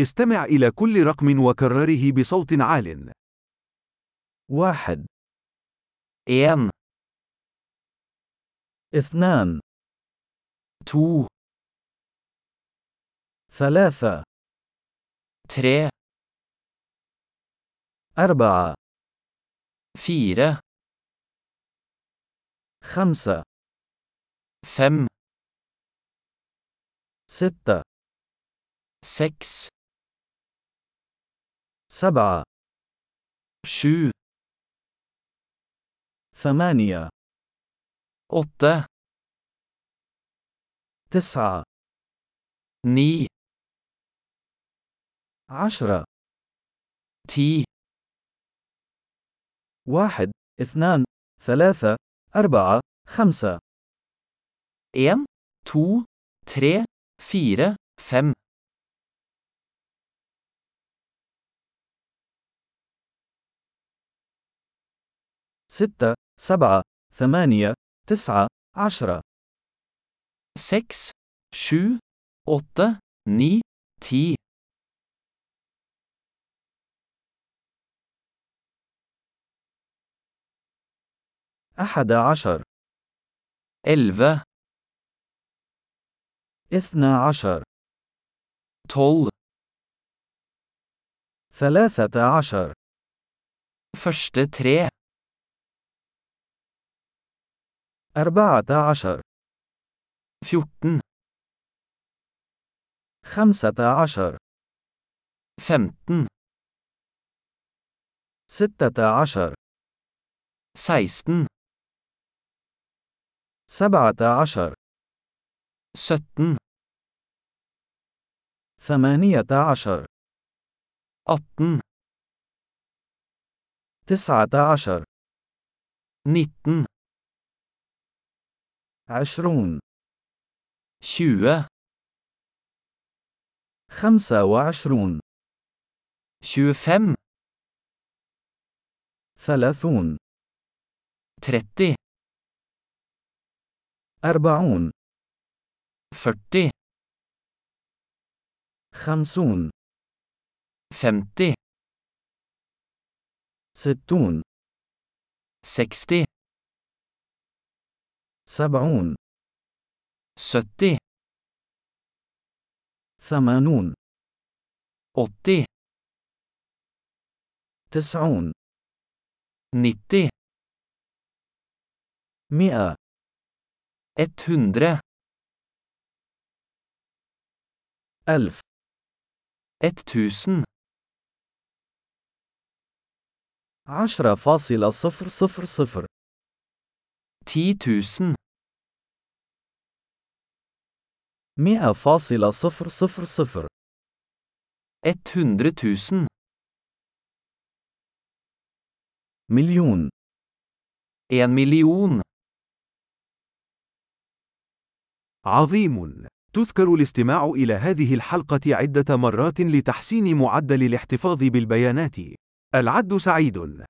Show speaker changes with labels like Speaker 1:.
Speaker 1: استمع إلى كل رقم وكرره بصوت عال.
Speaker 2: واحد
Speaker 3: En,
Speaker 2: اثنان
Speaker 3: to,
Speaker 2: ثلاثة
Speaker 3: tre,
Speaker 2: أربعة
Speaker 3: fire,
Speaker 2: خمسة
Speaker 3: fem,
Speaker 2: ستة
Speaker 3: seks,
Speaker 2: سبعة
Speaker 3: sju,
Speaker 2: ثمانية
Speaker 3: åtte,
Speaker 2: تسعة
Speaker 3: ni,
Speaker 2: عشرة
Speaker 3: ti,
Speaker 2: واحد اثنان ثلاثة أربعة خمسة
Speaker 3: en, to, tre, fire, fem,
Speaker 2: ستة سبعة ثمانية تسعة عشرة
Speaker 3: seks, sju, åtte, ni, ti.
Speaker 2: أحد عشر
Speaker 3: Elleve,
Speaker 2: اثنا عشر
Speaker 3: tolv,
Speaker 2: ثلاثة عشر
Speaker 3: første tre,
Speaker 2: أربعة عشر
Speaker 3: fjorten,
Speaker 2: خمسة عشر
Speaker 3: femten,
Speaker 2: ستة عشر
Speaker 3: seksten,
Speaker 2: سبعة عشر
Speaker 3: sytten,
Speaker 2: ثمانية عشر
Speaker 3: atten,
Speaker 2: تسعة عشر
Speaker 3: nitten,
Speaker 2: عشرون
Speaker 3: tjue,
Speaker 2: خمسة وعشرون
Speaker 3: tjuefem,
Speaker 2: ثلاثون
Speaker 3: tretti,
Speaker 2: أربعون
Speaker 3: førti,
Speaker 2: خمسون
Speaker 3: femti,
Speaker 2: ستون
Speaker 3: seksti,
Speaker 2: سبعون
Speaker 3: sytti,
Speaker 2: ثمانون
Speaker 3: åtti,
Speaker 2: تسعون
Speaker 3: nitti.
Speaker 2: مئة
Speaker 3: 100,
Speaker 2: ألف
Speaker 3: 1000,
Speaker 2: عشرة فاصلة صفر صفر صفر
Speaker 3: 10 000,
Speaker 2: مئة فاصلة صفر صفر صفر
Speaker 3: 100 000,
Speaker 2: مليون
Speaker 3: 1 million.
Speaker 1: عظيم. تذكر الاستماع إلى هذه الحلقة عدة مرات لتحسين معدل الاحتفاظ بالبيانات. العد سعيد.